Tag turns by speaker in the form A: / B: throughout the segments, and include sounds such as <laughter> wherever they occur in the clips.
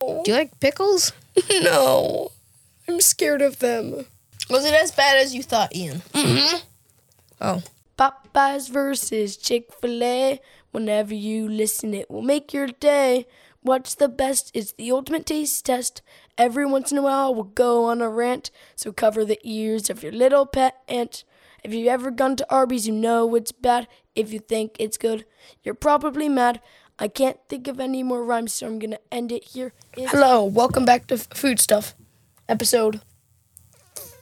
A: Do you like pickles?
B: <laughs> No. I'm scared of them. Was it as bad as you thought, Ian?
A: Mm-hmm. Oh.
C: Popeyes versus Chick fil A. Whenever you listen, it will make your day. What's the best? It's the ultimate taste test. Every once in a while, we'll go on a rant, so cover the ears of your little pet ant. If you've ever gone to Arby's, you know it's bad. If you think it's good, you're probably mad. I can't think of any more rhymes, so I'm gonna end it here. It's-
B: Hello, welcome back to F- Food Stuff, episode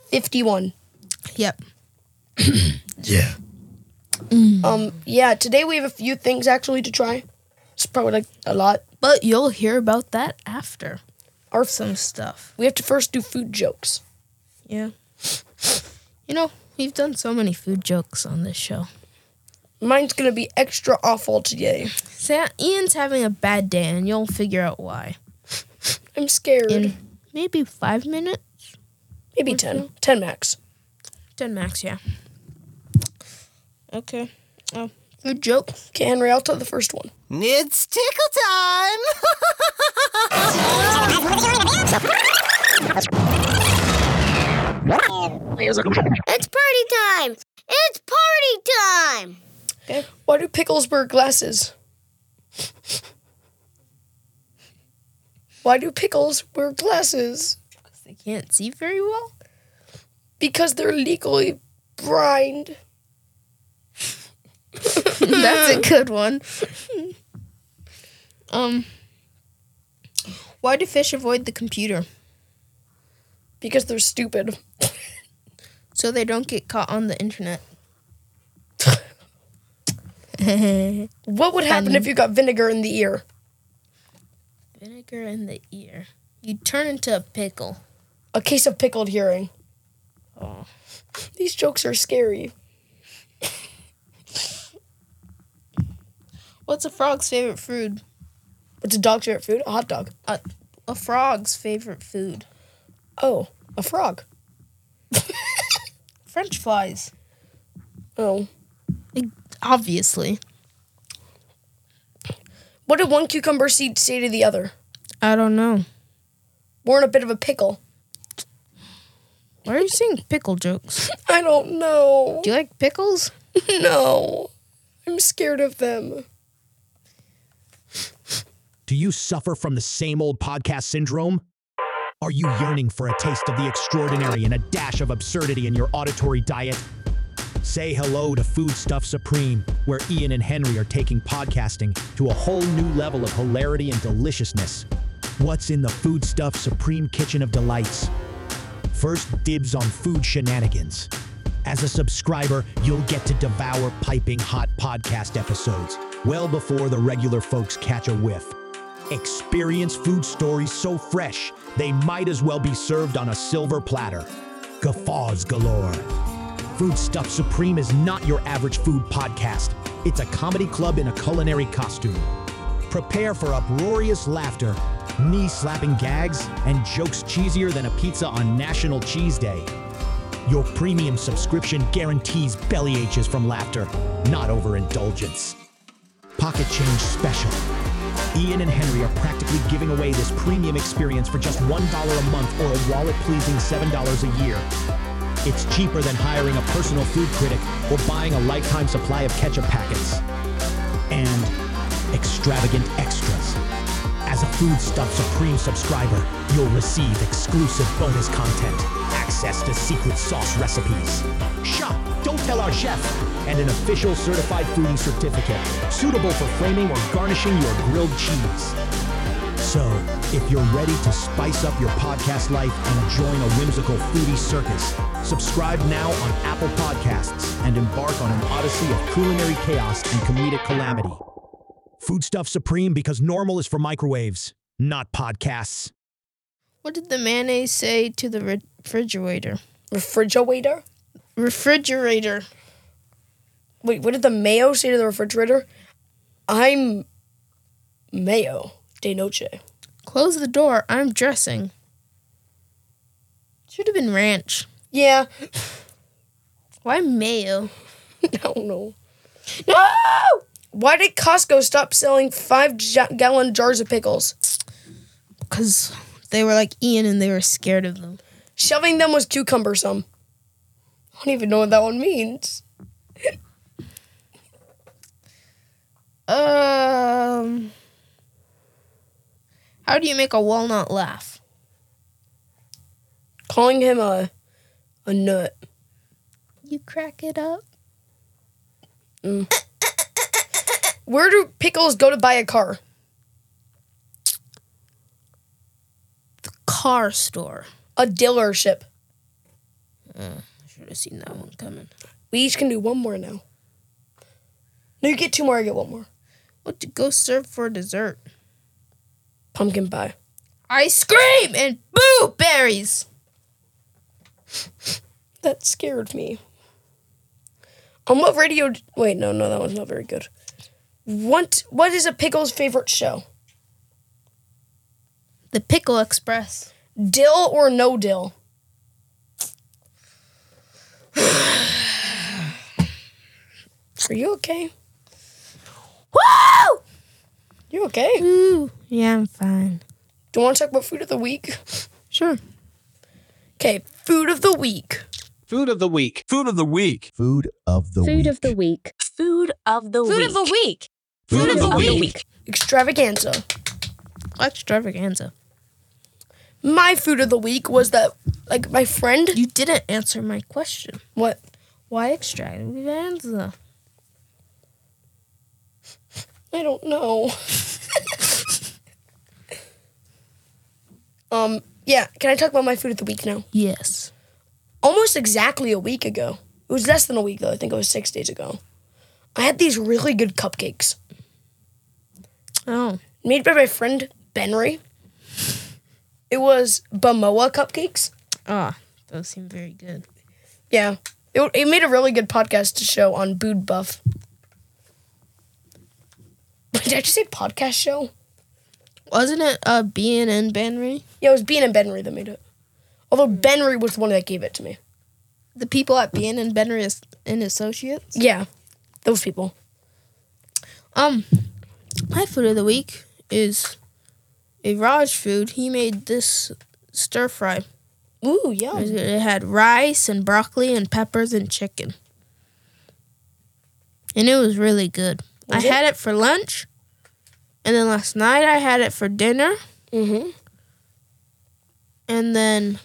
B: 51.
A: Yep.
D: Yeah.
B: Um, yeah, today we have a few things actually to try. It's probably like a lot.
A: But you'll hear about that after.
B: Or
A: some stuff.
B: We have to first do food jokes.
A: Yeah. You know, we've done so many food jokes on this show.
B: Mine's gonna be extra awful today.
A: Sa- Ian's having a bad day, and you'll figure out why.
B: I'm scared.
A: In maybe five minutes?
B: Maybe 10. 10 max.
A: 10 max, yeah. Okay. Oh, food joke.
B: Okay, Henry, I'll tell the first one.
E: It's tickle time! it's party time! It's party time!
B: Okay. Why do pickles wear glasses? Why do pickles wear glasses?
A: They can't see very well.
B: Because they're legally blind.
A: <laughs> That's a good one. um, why do fish avoid the computer?
B: Because they're stupid.
A: So they don't get caught on the <laughs> internet.
B: What would happen
A: Funny.
B: if you got vinegar in the ear?
A: Vinegar in the ear. You turn into a pickle.
B: A case of pickled hearing.
A: Oh.
B: These jokes are scary.
A: What's a frog's favorite food?
B: What's a dog's favorite food? A hot dog.
A: A frog's favorite food.
B: Oh, a frog.
A: <laughs> French flies.
B: Oh.
A: Obviously.
B: What did one cucumber seed say to the other?
A: I don't know.
B: We're in a bit of a pickle.
A: Why are you saying pickle jokes?
B: I don't know.
A: <laughs>
B: <laughs>
A: Do you like pickles?
B: No. I'm scared of them.
F: Do you suffer from the same old podcast syndrome? Are you yearning for a taste of the extraordinary and a dash of absurdity in your auditory diet? Say hello to Foodstuff Supreme, where Ian and Henry are taking podcasting to a whole new level of hilarity and deliciousness. What's in the Foodstuff Supreme Kitchen of Delights? First dibs on food shenanigans. As a subscriber, you'll get to devour piping hot podcast episodes well before the regular folks catch a whiff. Experience food stories so fresh, they might as well be served on a silver platter. Guffaws galore. Foodstuff Supreme is not your average food podcast. It's a comedy club in a culinary costume. Prepare for uproarious laughter, knee slapping gags, and jokes cheesier than a pizza on National Cheese Day. Your premium subscription guarantees belly aches from laughter, not overindulgence. Pocket Change Special. Ian and Henry are practically giving away this premium experience for just $1 a month or a wallet pleasing $7 a year. It's cheaper than hiring a personal food critic or buying a lifetime supply of ketchup packets. And extravagant extras. As a Foodstuff Supreme subscriber, you'll receive exclusive bonus content, access to secret sauce recipes, shop Don't Tell Our Chef, and an official certified foodie certificate suitable for framing or garnishing your grilled cheese. So, if you're ready to spice up your podcast life and join a whimsical foodie circus, subscribe now on Apple Podcasts and embark on an odyssey of culinary chaos and comedic calamity. Foodstuff Supreme because normal is for microwaves, not podcasts.
A: What did the mayonnaise say to the re- refrigerator?
B: Refrigerator?
A: Refrigerator.
B: Wait, what did the mayo say to the refrigerator? I'm mayo de noche.
A: Close the door. I'm dressing. Should have been ranch.
B: Yeah. <laughs>
A: Why mayo?
B: I don't know. No! Why did Costco stop selling five ja- gallon jars of pickles?
A: because they were like Ian and they were scared of them.
B: Shoving them was too cumbersome. I don't even know what that one means.
A: Um, how do you make a walnut laugh?
B: Calling him a a nut.
A: You crack it up.
B: Where do pickles go to buy a car?
A: Car store.
B: A dealership.
A: I should have seen that one coming.
B: We each can do one more now. No, you get two more. I get one more.
A: What to go serve for dessert?
B: Pumpkin pie.
A: Ice cream and boo berries.
B: That scared me. On what radio? d- Wait, no, no, that one's not very good. What What is a pickle's favorite show?
A: The Pickle Express.
B: Dill or no dill? <sighs> Are you okay?
A: Woo!
B: You okay?
A: Ooh, yeah, I'm fine.
B: Do you want to talk about food of the week?
A: Sure.
B: Okay, food of the week.
G: Food of the week. Food of the week.
F: Food of the
H: Food
F: week.
H: of the week.
E: Food of the
I: Food
E: week.
I: of the week.
G: Food of the week.
B: Extravaganza.
A: Extravaganza.
B: My food of the week was that, like, my friend.
A: You didn't answer my question.
B: What?
A: Why extravaganza?
B: I don't know. <laughs> um, yeah, can I talk about my food of the week now?
A: Yes.
B: Almost exactly a week ago. It was less than a week, though. I think it was six days ago. I had these really good cupcakes
A: Oh.
B: made by my friend Benry. It was Bamoa cupcakes.
A: Ah, those seem very good.
B: Yeah. It, it made a really good podcast to show on Bood Buff. Did I just say podcast show?
A: Wasn't it uh, BNN Bannery?
B: Yeah, it was Bean and Benry that made it. Although Benry was the one that gave it to me.
A: The people at BNN Bannery is- and Associates?
B: Yeah, those people.
A: Um, my food of the week is a Raj food. He made this stir fry.
B: Ooh, yeah.
A: It had rice and broccoli and peppers and chicken. And it was really good.
B: Was
A: I
B: it?
A: had it for lunch. And then last night I had it for dinner.
B: Mm-hmm.
A: And then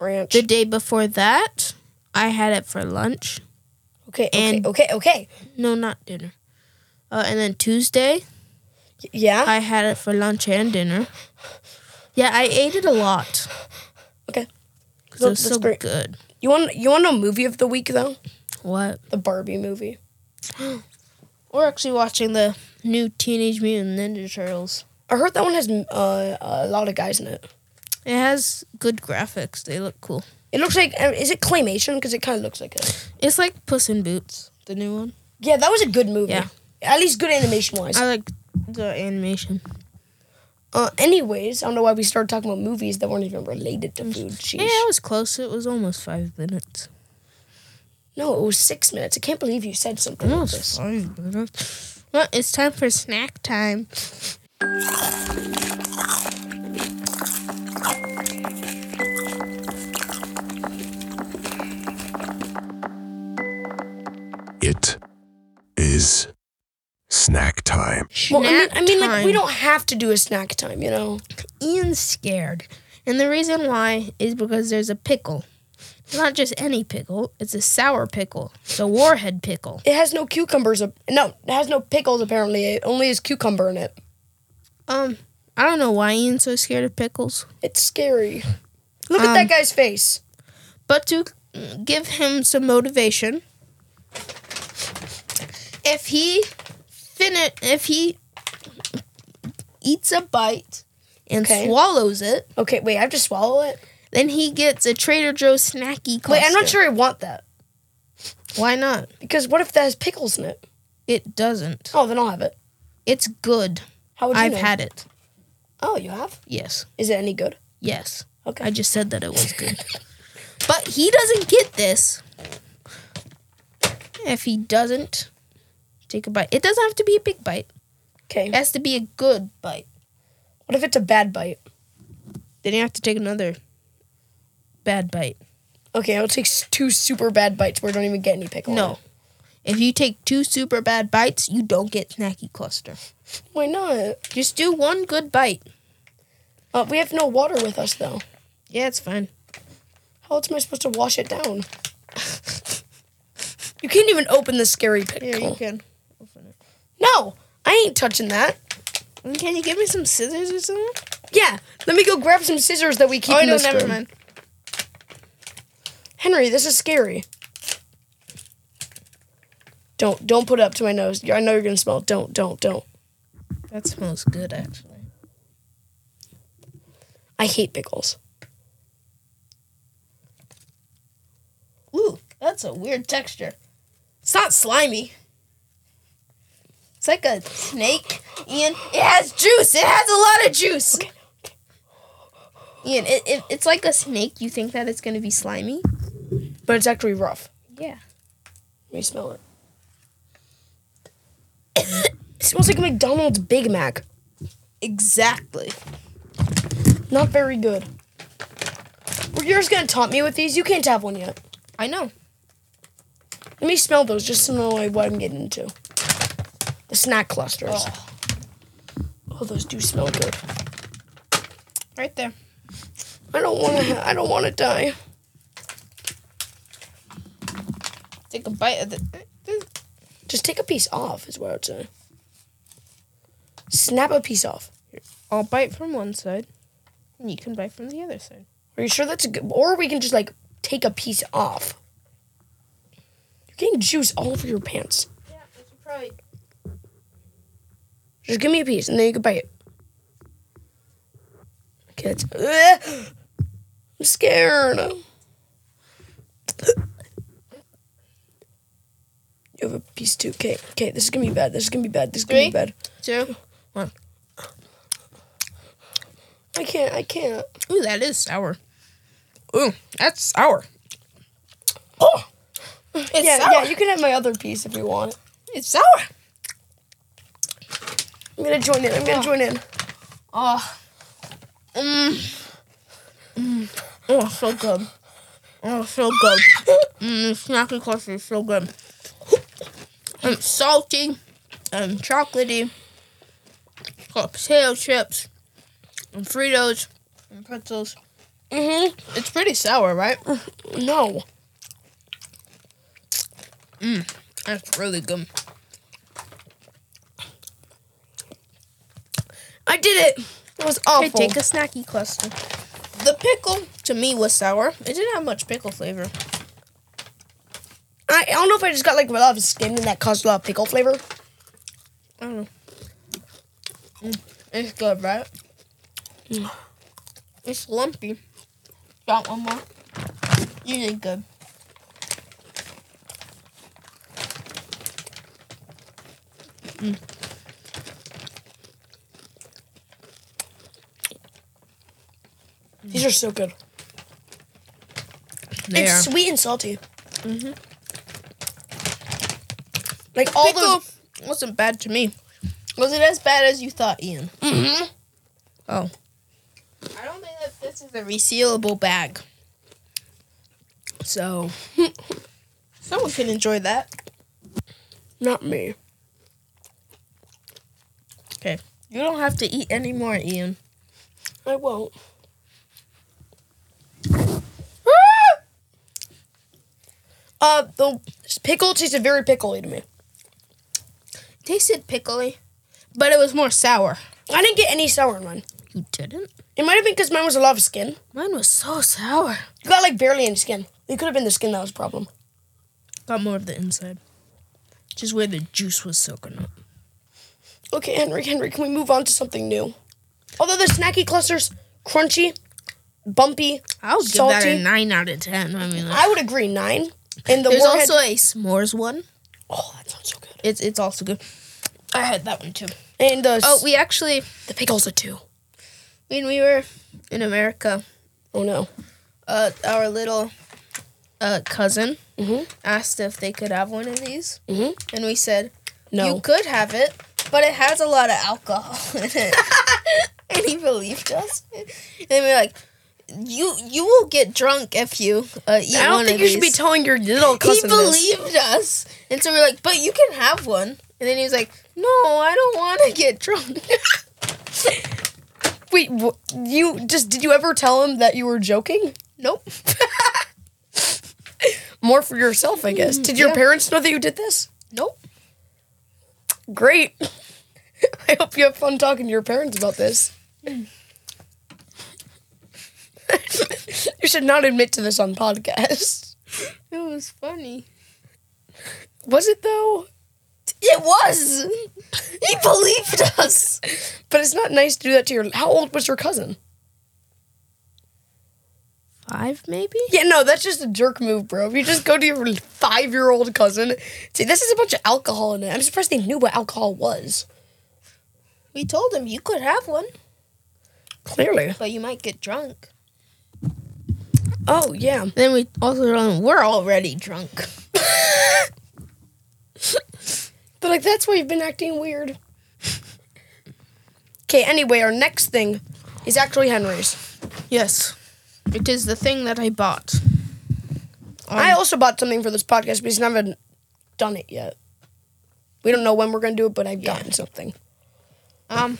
B: Ranch.
A: the day before that, I had it for lunch.
B: okay, okay,
A: and-
B: okay, okay.
A: No, not dinner. Uh, and then Tuesday,
B: Y- Yeah.
A: I had it for lunch and dinner. Yeah, I ate it a lot.
B: Okay.
A: 'Cause
B: Nope,
A: it was
B: that's
A: so
B: great.
A: good.
B: you want you want a movie of the week though?
A: What?
B: The Barbie movie.
A: We're actually watching the new Teenage Mutant Ninja Turtles.
B: I heard that one has uh, a lot of guys in it.
A: It has good graphics. They look cool.
B: It looks like uh, is it claymation because it kind of looks like it.
A: It's like Puss in Boots, the new one.
B: Yeah, that was a good movie.
A: Yeah.
B: At least good animation wise.
A: I like the animation.
B: Uh, anyways, I don't know why we started talking about movies that weren't even related to food. Sheesh.
A: Yeah, it was close. It was almost five minutes.
B: No, it was six minutes. I can't believe you said something like
A: Almost
B: this.
A: five minutes. Well, it's time for snack time.
D: It is snack time.
B: Well, I mean,
A: Snack
B: I mean like we
A: time.
B: don't have to do a snack time, you know.
A: Ian's scared. And the reason why is because there's a pickle. It's not just any pickle, it's a sour pickle. It's a warhead pickle.
B: It has no cucumbers. ap- No, it has no pickles. Apparently, it only has cucumber in it.
A: Um, I don't know why Ian's so scared of pickles.
B: It's scary. Look
A: Um,
B: at that guy's face.
A: But to give him some motivation, if he fini- if he eats a bite and
B: Okay.
A: swallows it,
B: Okay, wait. I have to swallow it.
A: then he gets a Trader Joe's snacky cluster.
B: Wait, I'm not sure I want that
A: Why not?
B: because what if that has pickles in it?
A: It doesn't.
B: Oh, then I'll have it.
A: It's good.
B: How would you
A: I've
B: know?
A: had it.
B: Oh, you have?
A: Yes.
B: Is it any good?
A: Yes.
B: Okay.
A: I just said that it was good. but he doesn't get this if he doesn't take a bite. It doesn't have to be a big bite.
B: Okay.
A: It has to be a good bite.
B: What if it's a bad bite?
A: Then you have to take another bad bite.
B: Okay, I'll take s- two super bad bites where I don't even get any pickle. on
A: No.
B: it.
A: If you take two super bad bites, you don't get snacky cluster.
B: Why not?
A: Just do one good bite.
B: Uh, we have no water with us, though.
A: Yeah, it's fine.
B: How else am I supposed to wash
A: <laughs>
B: it down? you can't even open the scary
A: Here,
B: pickle.
A: you can.
B: No, I ain't touching that.
A: Can you give me some scissors or something?
B: Yeah, let me go grab some scissors that we keep
A: oh,
B: in
A: no,
B: this
A: never
B: room.
A: mind.
B: Henry, this is scary. Don't don't put it up to my nose. I know you're gonna smell. it. Don't don't don't.
A: That smells good, actually.
B: I hate pickles.
A: Ooh, that's a weird texture. It's not slimy. It's like a snake, Ian. It has juice. It has a lot of juice. Ian, it, it, it's like a snake. You think that it's gonna be slimy?
B: But it's actually rough.
A: Yeah.
B: Let me smell it. <coughs> it smells like a McDonald's Big Mac.
A: Exactly.
B: Not very good. Well, you're just gonna taunt me with these. You can't have one yet.
A: I know.
B: Let me smell those just to know like, what I'm getting into. The snack clusters. Oh. those do smell good.
A: Right there.
B: I don't want to. I don't want to die.
A: Take a bite of the.
B: Just take a piece off, is what I would say. Snap a piece off.
A: I'll bite from one side, and you can bite from the other side.
B: Are you sure that's a good? Or we can just like take a piece off. You're getting juice all over your pants.
A: Yeah, we should probably.
B: Just give me a piece, and then you can bite it. Okay, that's. Ugh. I'm scared. <laughs> You have a piece too. Okay, okay. This is gonna be bad. This is gonna be bad. This is gonna
A: Three.
B: be bad.
A: Two, one.
B: I can't. I can't.
A: Ooh, that is sour. Ooh, that's sour.
B: Oh.
A: It's
B: yeah,
A: sour.
B: yeah. You can have my other piece if you want.
A: It's sour.
B: I'm gonna join in. I'm gonna join in.
A: Oh. Mm. Mm. Oh, so good. Oh, so good. Mm, snacky cluster is so good. And it's salty and chocolatey. It's got potato chips and Fritos and pretzels.
B: Mhm.
A: Mm-hmm. It's pretty sour, right?
B: No.
A: Mm, That's really good.
B: I did it. It was awful.
A: I take a snacky cluster. The pickle to me was sour. It didn't have much pickle flavor.
B: I, I don't know if I just got like a lot of skin and that caused a lot of pickle flavor.
A: I don't know. Mm, It's good, right? Mm. It's lumpy. Got one more. You did good. Mm.
B: These are so good.
A: They
B: It's
A: are.
B: sweet and salty. Like all
A: Pickle
B: those.
A: wasn't bad to me. Was it as bad as you thought, Ian?
B: Mm-hmm.
A: Oh. I don't think that this is a resealable bag. So, <laughs> someone can enjoy that.
B: Not me.
A: You don't have to eat any more, Ian.
B: I won't. Uh, the pickle tasted very pickly to me.
A: tasted pickly, but it was more sour.
B: I didn't get any sour in mine.
A: You didn't?
B: It might have been because mine was a lot of skin.
A: Mine was so sour.
B: You got like barely any skin. It could have been the skin that was a problem.
A: Got more of the inside. Just where the juice was soaking up.
B: Okay, Henry, Henry, can we move on to something new? Although the snacky clusters, crunchy, bumpy,
A: I'll give that
B: Salty.
A: a 9 out of 10. I mean,
B: I would agree nine. And the
A: there's
B: warhead,
A: also a s'mores one.
B: oh, that sounds so good.
A: It's, it's also good. I had that one too.
B: And the
A: Oh, we actually,
B: the pickles are two.
A: when we were in America,
B: Oh no,
A: uh, our little uh, cousin
B: Mhm.
A: asked if they could have one of these.
B: Mhm.
A: And we said,
B: no.
A: <laughs>
B: <laughs>
A: You could have it, but it has a lot of alcohol in it. and he believed us. And we were like, "You you will get drunk if you uh, eat
B: I
A: one
B: don't think
A: of
B: you should be
A: these."
B: telling your little
A: he
B: cousin this.
A: believed us, and so we are like, "But you can have one." And then he was like, "No, I don't want to <laughs> get drunk."
B: Wait, wh- you just did you ever tell him that you were joking?
A: nope.
B: <laughs> More for yourself, I guess. Did your parents know that you did this?
A: Nope.
B: Great. <laughs> I hope you have fun talking to your parents about this. <laughs> you should not admit to this on podcast.
A: It was funny.
B: Was it though?
A: It was. He believed us.
B: But it's not nice to do that to your. How old was your cousin?
A: Five, maybe.
B: Yeah, no, that's just a jerk move, bro. If you just go to your five year old cousin, see, this is a bunch of alcohol in it. I'm surprised they knew what alcohol was.
A: We told him you could have one,
B: Clearly.
A: but you might get drunk.
B: Oh, yeah.
A: Then we also told him we're already drunk.
B: But, like, that's why you've been acting weird. <laughs> Okay, anyway, our next thing is actually Henry's.
A: Yes, it is the thing that I bought.
B: I also bought something for this podcast because I haven't done it yet. We don't know when we're going to do it, but I've gotten something.
A: Um.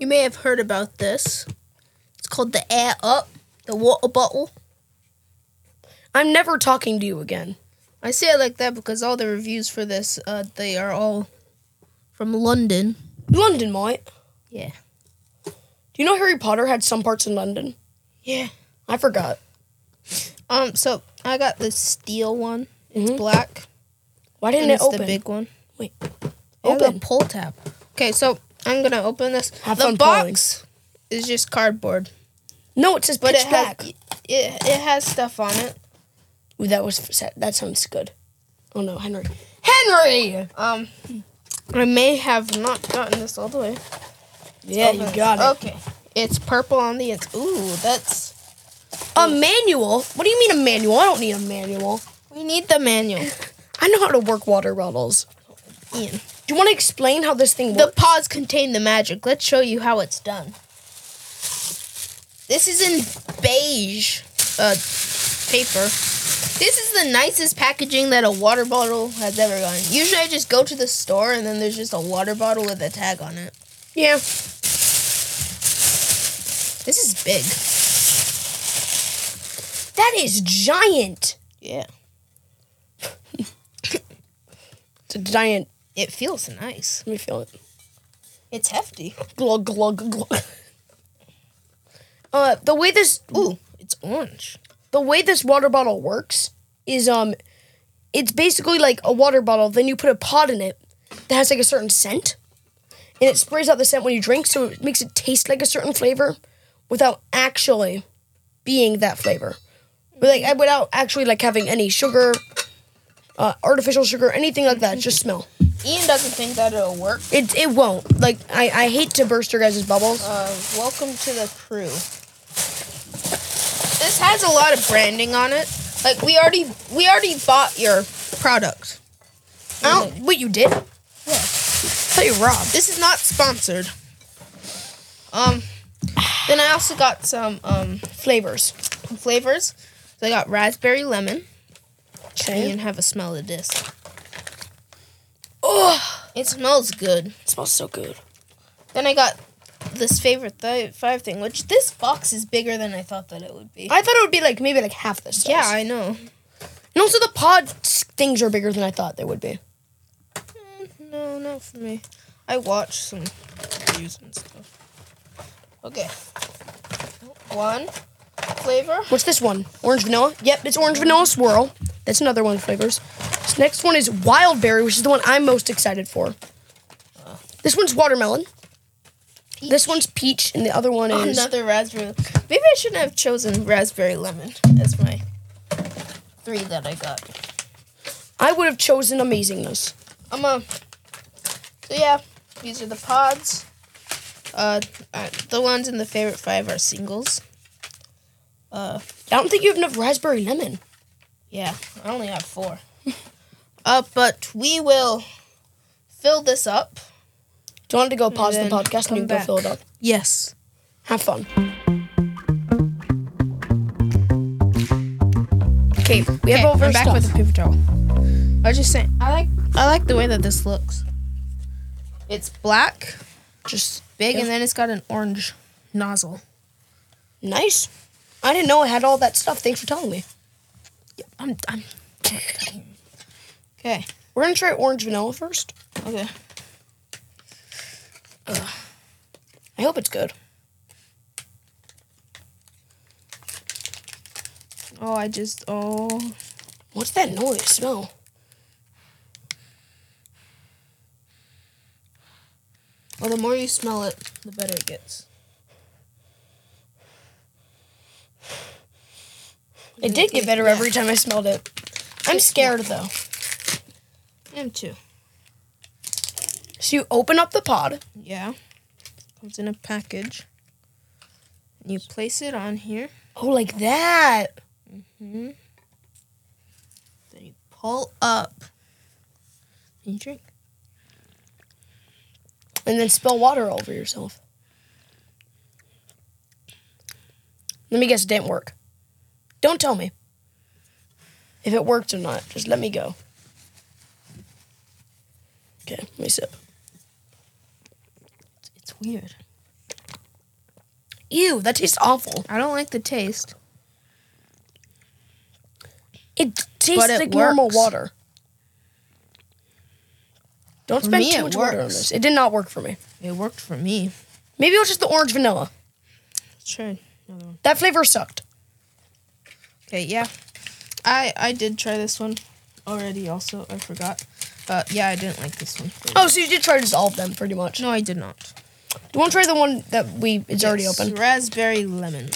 A: You may have heard about this. It's called the air up, the water bottle.
B: I'm never talking to you again.
A: I say it like that because all the reviews for this, uh, they are all from London.
B: London, might.
A: Yeah.
B: Do you know Harry Potter had some parts in London?
A: Yeah.
B: I forgot.
A: Um. So I got this steel one. It's black.
B: Why didn't
A: And
B: Mm-hmm. it
A: it's
B: open?
A: the big one.
B: Wait.
A: Open
B: Open.
A: pull tab. Okay, so I'm gonna open this.
B: Have
A: the
B: fun pulling.
A: box is just cardboard,
B: No, it says
A: but
B: pitch
A: it has
B: black.
A: it, it has stuff on it.
B: Ooh, that was sad. that sounds good. Oh no, Henry. Henry.
A: Um, I may have not gotten this all the way.
B: Yeah, you got it.
A: Okay, it's purple on the ins. Ooh, that's
B: A manual? What do you mean a manual? I don't need a manual.
A: we need the manual.
B: I know how to work water bottles.
A: Ian.
B: Do you want to explain how this thing
A: The
B: works?
A: pods contain the magic. Let's show you how it's done. This is in beige uh, paper. This is the nicest packaging that a water bottle has ever gotten. Usually I just go to the store and then there's just a water bottle with a tag on it.
B: yeah.
A: This is big.
B: That is giant.
A: Yeah. <laughs>
B: It's a giant.
A: It feels nice.
B: Let me feel it.
A: It's hefty.
B: Glug glug glug. Uh, the way this ooh,
A: Ooh, it's orange.
B: the way this water bottle works is um, it's basically like a water bottle. Then you put a pod in it that has like a certain scent, and it sprays out the scent when you drink, so it makes it taste like a certain flavor, without actually being that flavor, but like without actually like having any sugar, uh, artificial sugar, anything like that. Just smell.
A: Ian doesn't think that it'll work.
B: It it won't. Like I I hate to burst your guys' bubbles.
A: Uh, welcome to the crew. This has a lot of branding on it. Like we already we already bought your product.
B: I don't, wait, you did? Yeah. thought you robbed.
A: Oh, This is not sponsored. Um then I also got some um
B: Flavors.
A: flavors. So I got raspberry lemon.
B: Okay.
A: And have a smell of this. Oh, it smells good.
B: It smells so good.
A: Then I got this favorite th- five thing, which this box is bigger than I thought that it would be.
B: I thought it would be like maybe like half this size.
A: yeah, I know.
B: and also the pod s- things are bigger than I thought they would be. Oh,
A: No, not for me. I watch some reviews and stuff. Okay. One flavor.
B: What's this one? Orange vanilla? Yep, it's orange vanilla swirl. That's another one of the flavors. This next one is wild berry, which is the one I'm most excited for. This one's watermelon. This one's peach, Oh, and the other one is
A: Another raspberry. Maybe I shouldn't have chosen raspberry lemon as my three that I got.
B: I would have chosen amazingness.
A: I'm a. So yeah, these are the pods. Uh, uh, the ones in the favorite five are singles. Uh,
B: I don't think you have enough raspberry lemon.
A: Yeah, I only have four. uh, but we will fill this up.
B: Do you want to go pause the
A: then
B: podcast and you
A: come
B: go
A: back.
B: fill it up?
A: Yes.
B: Have fun. Okay, we have all of our
A: I'm back
B: stuff.
A: with a paper towel. I was just saying, I like I like the way that this looks. It's black, just big, and then it's got an orange nozzle.
B: nice. I didn't know I had all that stuff. Thanks for telling me.
A: I'm I'm. Okay.
B: We're gonna try orange vanilla first.
A: Okay.
B: I hope it's good.
A: Oh, I just oh.
B: What's that noise? Smell. Oh,
A: Well, the more you smell it, the better it gets.
B: It did get better every time I smelled it. I'm scared though.
A: M two.
B: So you open up the pod.
A: Yeah. Comes in a package. You place it on here.
B: Oh, like that.
A: Then you pull up. And you drink.
B: And then spill water all over yourself. Let me guess, it didn't work. Don't tell me if it worked or not. Just let me go. Okay, let me sip.
A: It's weird.
B: Ew, that tastes awful.
A: I don't like the taste.
B: It tastes
A: it
B: like normal
A: works.
B: water. Don't spend
A: me,
B: too
A: it
B: much water on
A: works.
B: this. It did not work for me.
A: It worked for me.
B: Maybe it was just the orange vanilla.
A: Sure.
B: That flavor sucked.
A: Okay, yeah. I I did try this one already also. I forgot. But yeah, I didn't like this one.
B: Oh, so you did try to dissolve them pretty much.
A: No, I did not.
B: Do you want to try the one that we it's already
A: It's
B: open?
A: Raspberry lemon.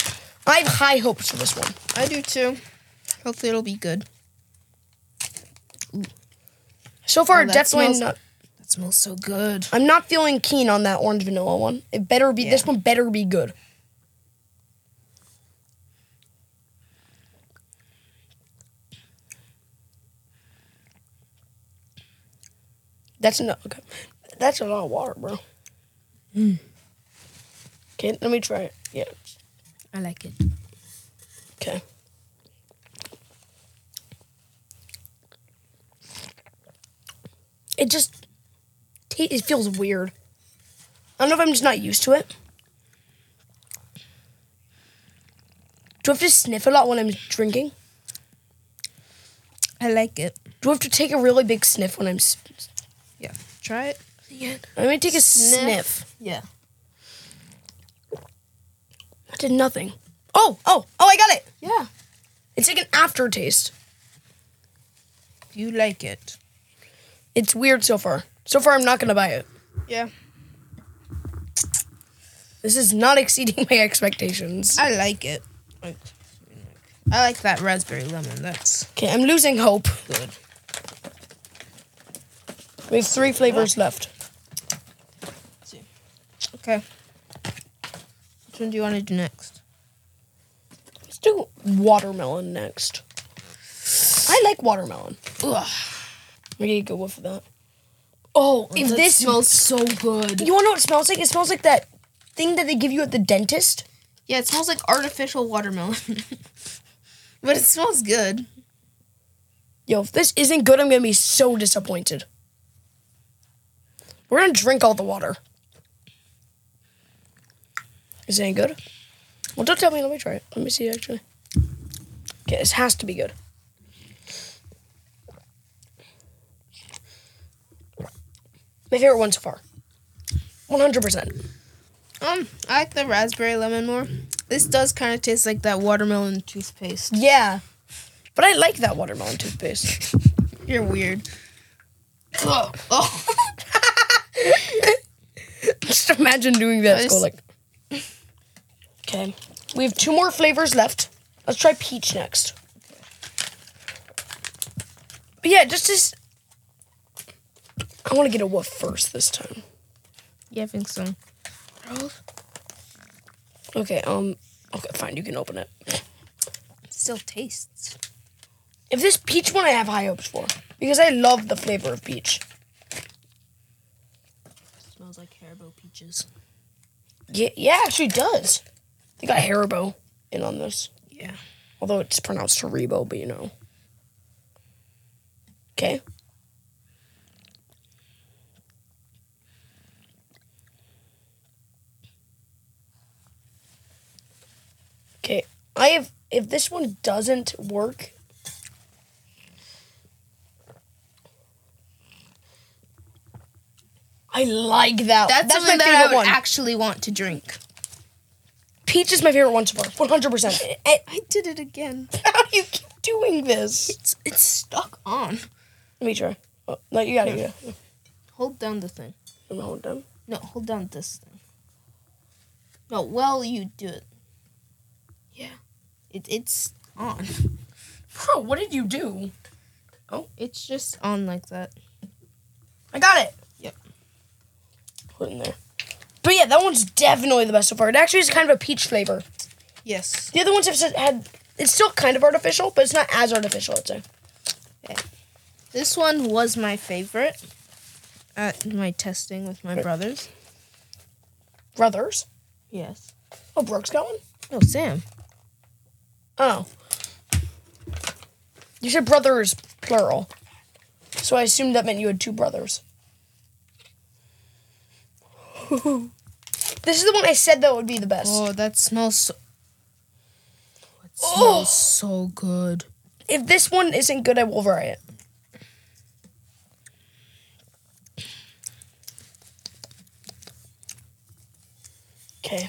B: I have high hopes for this one.
A: I do too. Hopefully it'll be good.
B: So far,
A: Oh, that
B: definitely
A: smells-
B: not.
A: That smells so good.
B: I'm not feeling keen on that orange vanilla one. It better be this
A: Yeah.
B: one. Better be good. That's enough. Okay. That's a lot of water, bro.
A: Hmm.
B: Okay, let me try it. Yeah.
A: I like it.
B: Okay. It just ta- it feels weird. I don't know if I'm just not used to it. Do I have to sniff a lot when I'm drinking?
A: I like it.
B: Do I have to take a really big sniff when I'm? s-
A: Yeah. Try it.
B: I'm gonna take a
A: Sniff.
B: sniff.
A: Yeah.
B: I did nothing. Oh, oh, oh! I got it.
A: Yeah.
B: It's like an aftertaste.
A: You like it.
B: It's weird so far. So far, I'm not gonna buy it.
A: Yeah.
B: This is not <laughs> exceeding my expectations.
A: I like it. Like, I like that raspberry lemon. That's
B: Okay, I'm losing hope.
A: good.
B: We have three flavors left.
A: Okay. Which one do you want to do next?
B: Let's do watermelon next. I like watermelon.
A: Ugh.
B: We need to go whiff of that. Oh, if this smells
A: so good.
B: you wanna know what it smells like? It smells like that thing that they give you at the dentist.
A: Yeah, it smells like artificial watermelon. <laughs> but it smells good.
B: Yo, if this isn't good, I'm gonna be so disappointed. We're gonna drink all the water. Is it any good? Well, don't tell me. Let me try it. Let me see, actually. Okay, this has to be good. My favorite one so far. 100%.
A: Um, I like the raspberry lemon more. This does kind of taste like that watermelon toothpaste.
B: Yeah. But I like that watermelon toothpaste.
A: You're weird. Oh, oh.
B: <laughs> Just imagine doing that.
A: I
B: Go
A: s-
B: like. Okay. We have two more flavors left. Let's try peach next. But yeah, just this. I want to get a woof first this time.
A: Yeah, I think so.
B: Okay. Um. Okay. Fine. You can open it.
A: Still tastes.
B: If this peach one, I have high hopes for because I love the flavor of peach.
A: Smells like Haribo peaches.
B: Yeah, yeah, it actually does. They got Haribo in on this.
A: Yeah.
B: Although it's pronounced Haribo, but you know. Okay. Okay. I have if this one doesn't work. I like that.
A: That's,
B: That's my
A: something
B: favorite
A: that I would
B: one.
A: actually want to drink.
B: Peach is my favorite one so far. One hundred percent.
A: <laughs> I did it again.
B: How do you keep doing this?
A: It's it's stuck on.
B: Let me try. Oh, no, you gotta go.
A: Hold down the thing.
B: Let me hold down.
A: No, hold down this thing. No, well you do it. Yeah. It it's on.
B: Bro, what did you do?
A: Oh, it's just on like that.
B: I got it.
A: Yep.
B: Put it in there. But yeah, that one's definitely the best so far. It actually is kind of a peach flavor.
A: Yes.
B: The other ones have s- had. It's still kind of artificial, but it's not as artificial. I'd say.
A: This one was my favorite at my testing with my brothers.
B: Brothers.
A: Yes.
B: Oh, Brooks got one.
A: No, Sam.
B: Oh. You said brothers plural, so I assumed that meant you had two brothers. <laughs> this is the one I said that would be the best.
A: Oh, that smells so it
B: Oh.
A: smells so good.
B: If this one isn't good, I will vary it. Okay.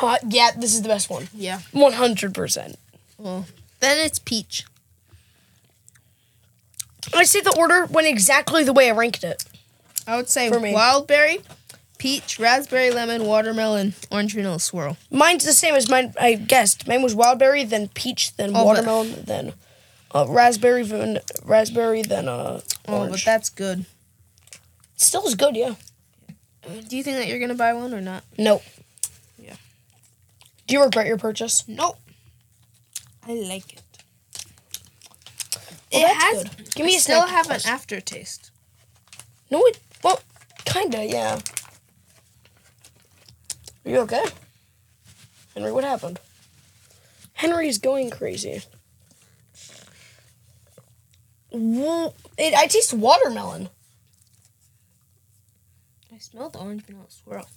B: Uh, yeah, this is the best one.
A: Yeah.
B: 100%.
A: Well, then it's peach.
B: I say the order went exactly the way I ranked it.
A: I would say
B: For me.
A: wild berry, peach, raspberry, lemon, watermelon, orange vanilla swirl.
B: Mine's the same as mine. I guessed mine was wildberry, then peach, then
A: Oh, but-
B: watermelon, then uh, raspberry, then raspberry, then uh,
A: Oh, but
B: orange.
A: that's good.
B: still is good, yeah.
A: Do you think that you're gonna buy one or not?
B: Nope.
A: Yeah.
B: Do you regret your purchase?
A: Nope. I like it. it
B: Well, Oh, that's
A: has.
B: good. Give me
A: I
B: a
A: still
B: snack
A: have
B: request.
A: an aftertaste.
B: No, it. Well, kinda, yeah. Are you okay, Henry? What happened? Henry's going crazy. Wo- It, I taste watermelon.
A: I smell the orange vanilla swirl,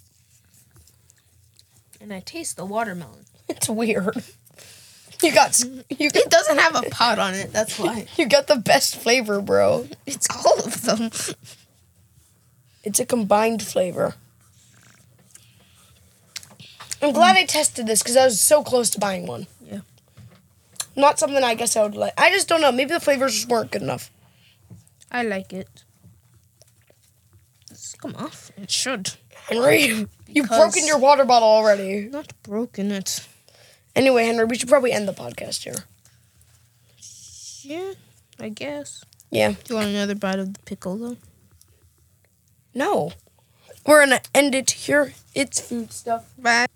A: and I taste the watermelon.
B: It's weird. You got s- you got,
A: <laughs> It doesn't have a pod on it. That's <laughs> why
B: you got the best flavor, bro.
A: it's all of them.
B: It's a combined flavor. I'm glad I tested this because I was so close to buying one.
A: Yeah.
B: Not something I guess I would like. I just don't know. Maybe the flavors just weren't good enough.
A: I like it. It's come off. It should.
B: Henry, <laughs> you've
A: Because-
B: broken your water bottle already.
A: Not broken. It.
B: Anyway, Henry, we should probably end the podcast here.
A: Yeah, I guess.
B: Yeah.
A: Do you want another bite of the pickle though?
B: No. We're gonna end it here. It's food stuff.
A: Bye.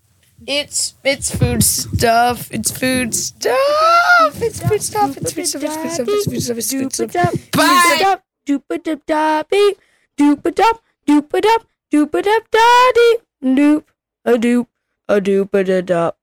B: It's it's food stuff. It's food stuff. It's food stuff. It's food stuff. It's food stuff. It's food stuff. It's food stuff.
A: Bye.
C: Doop-a-doop-doppy, doop-a-dop, doop-a-dop, doop-a-dop-daddy, doop, a doop, a doop-a-da-dop.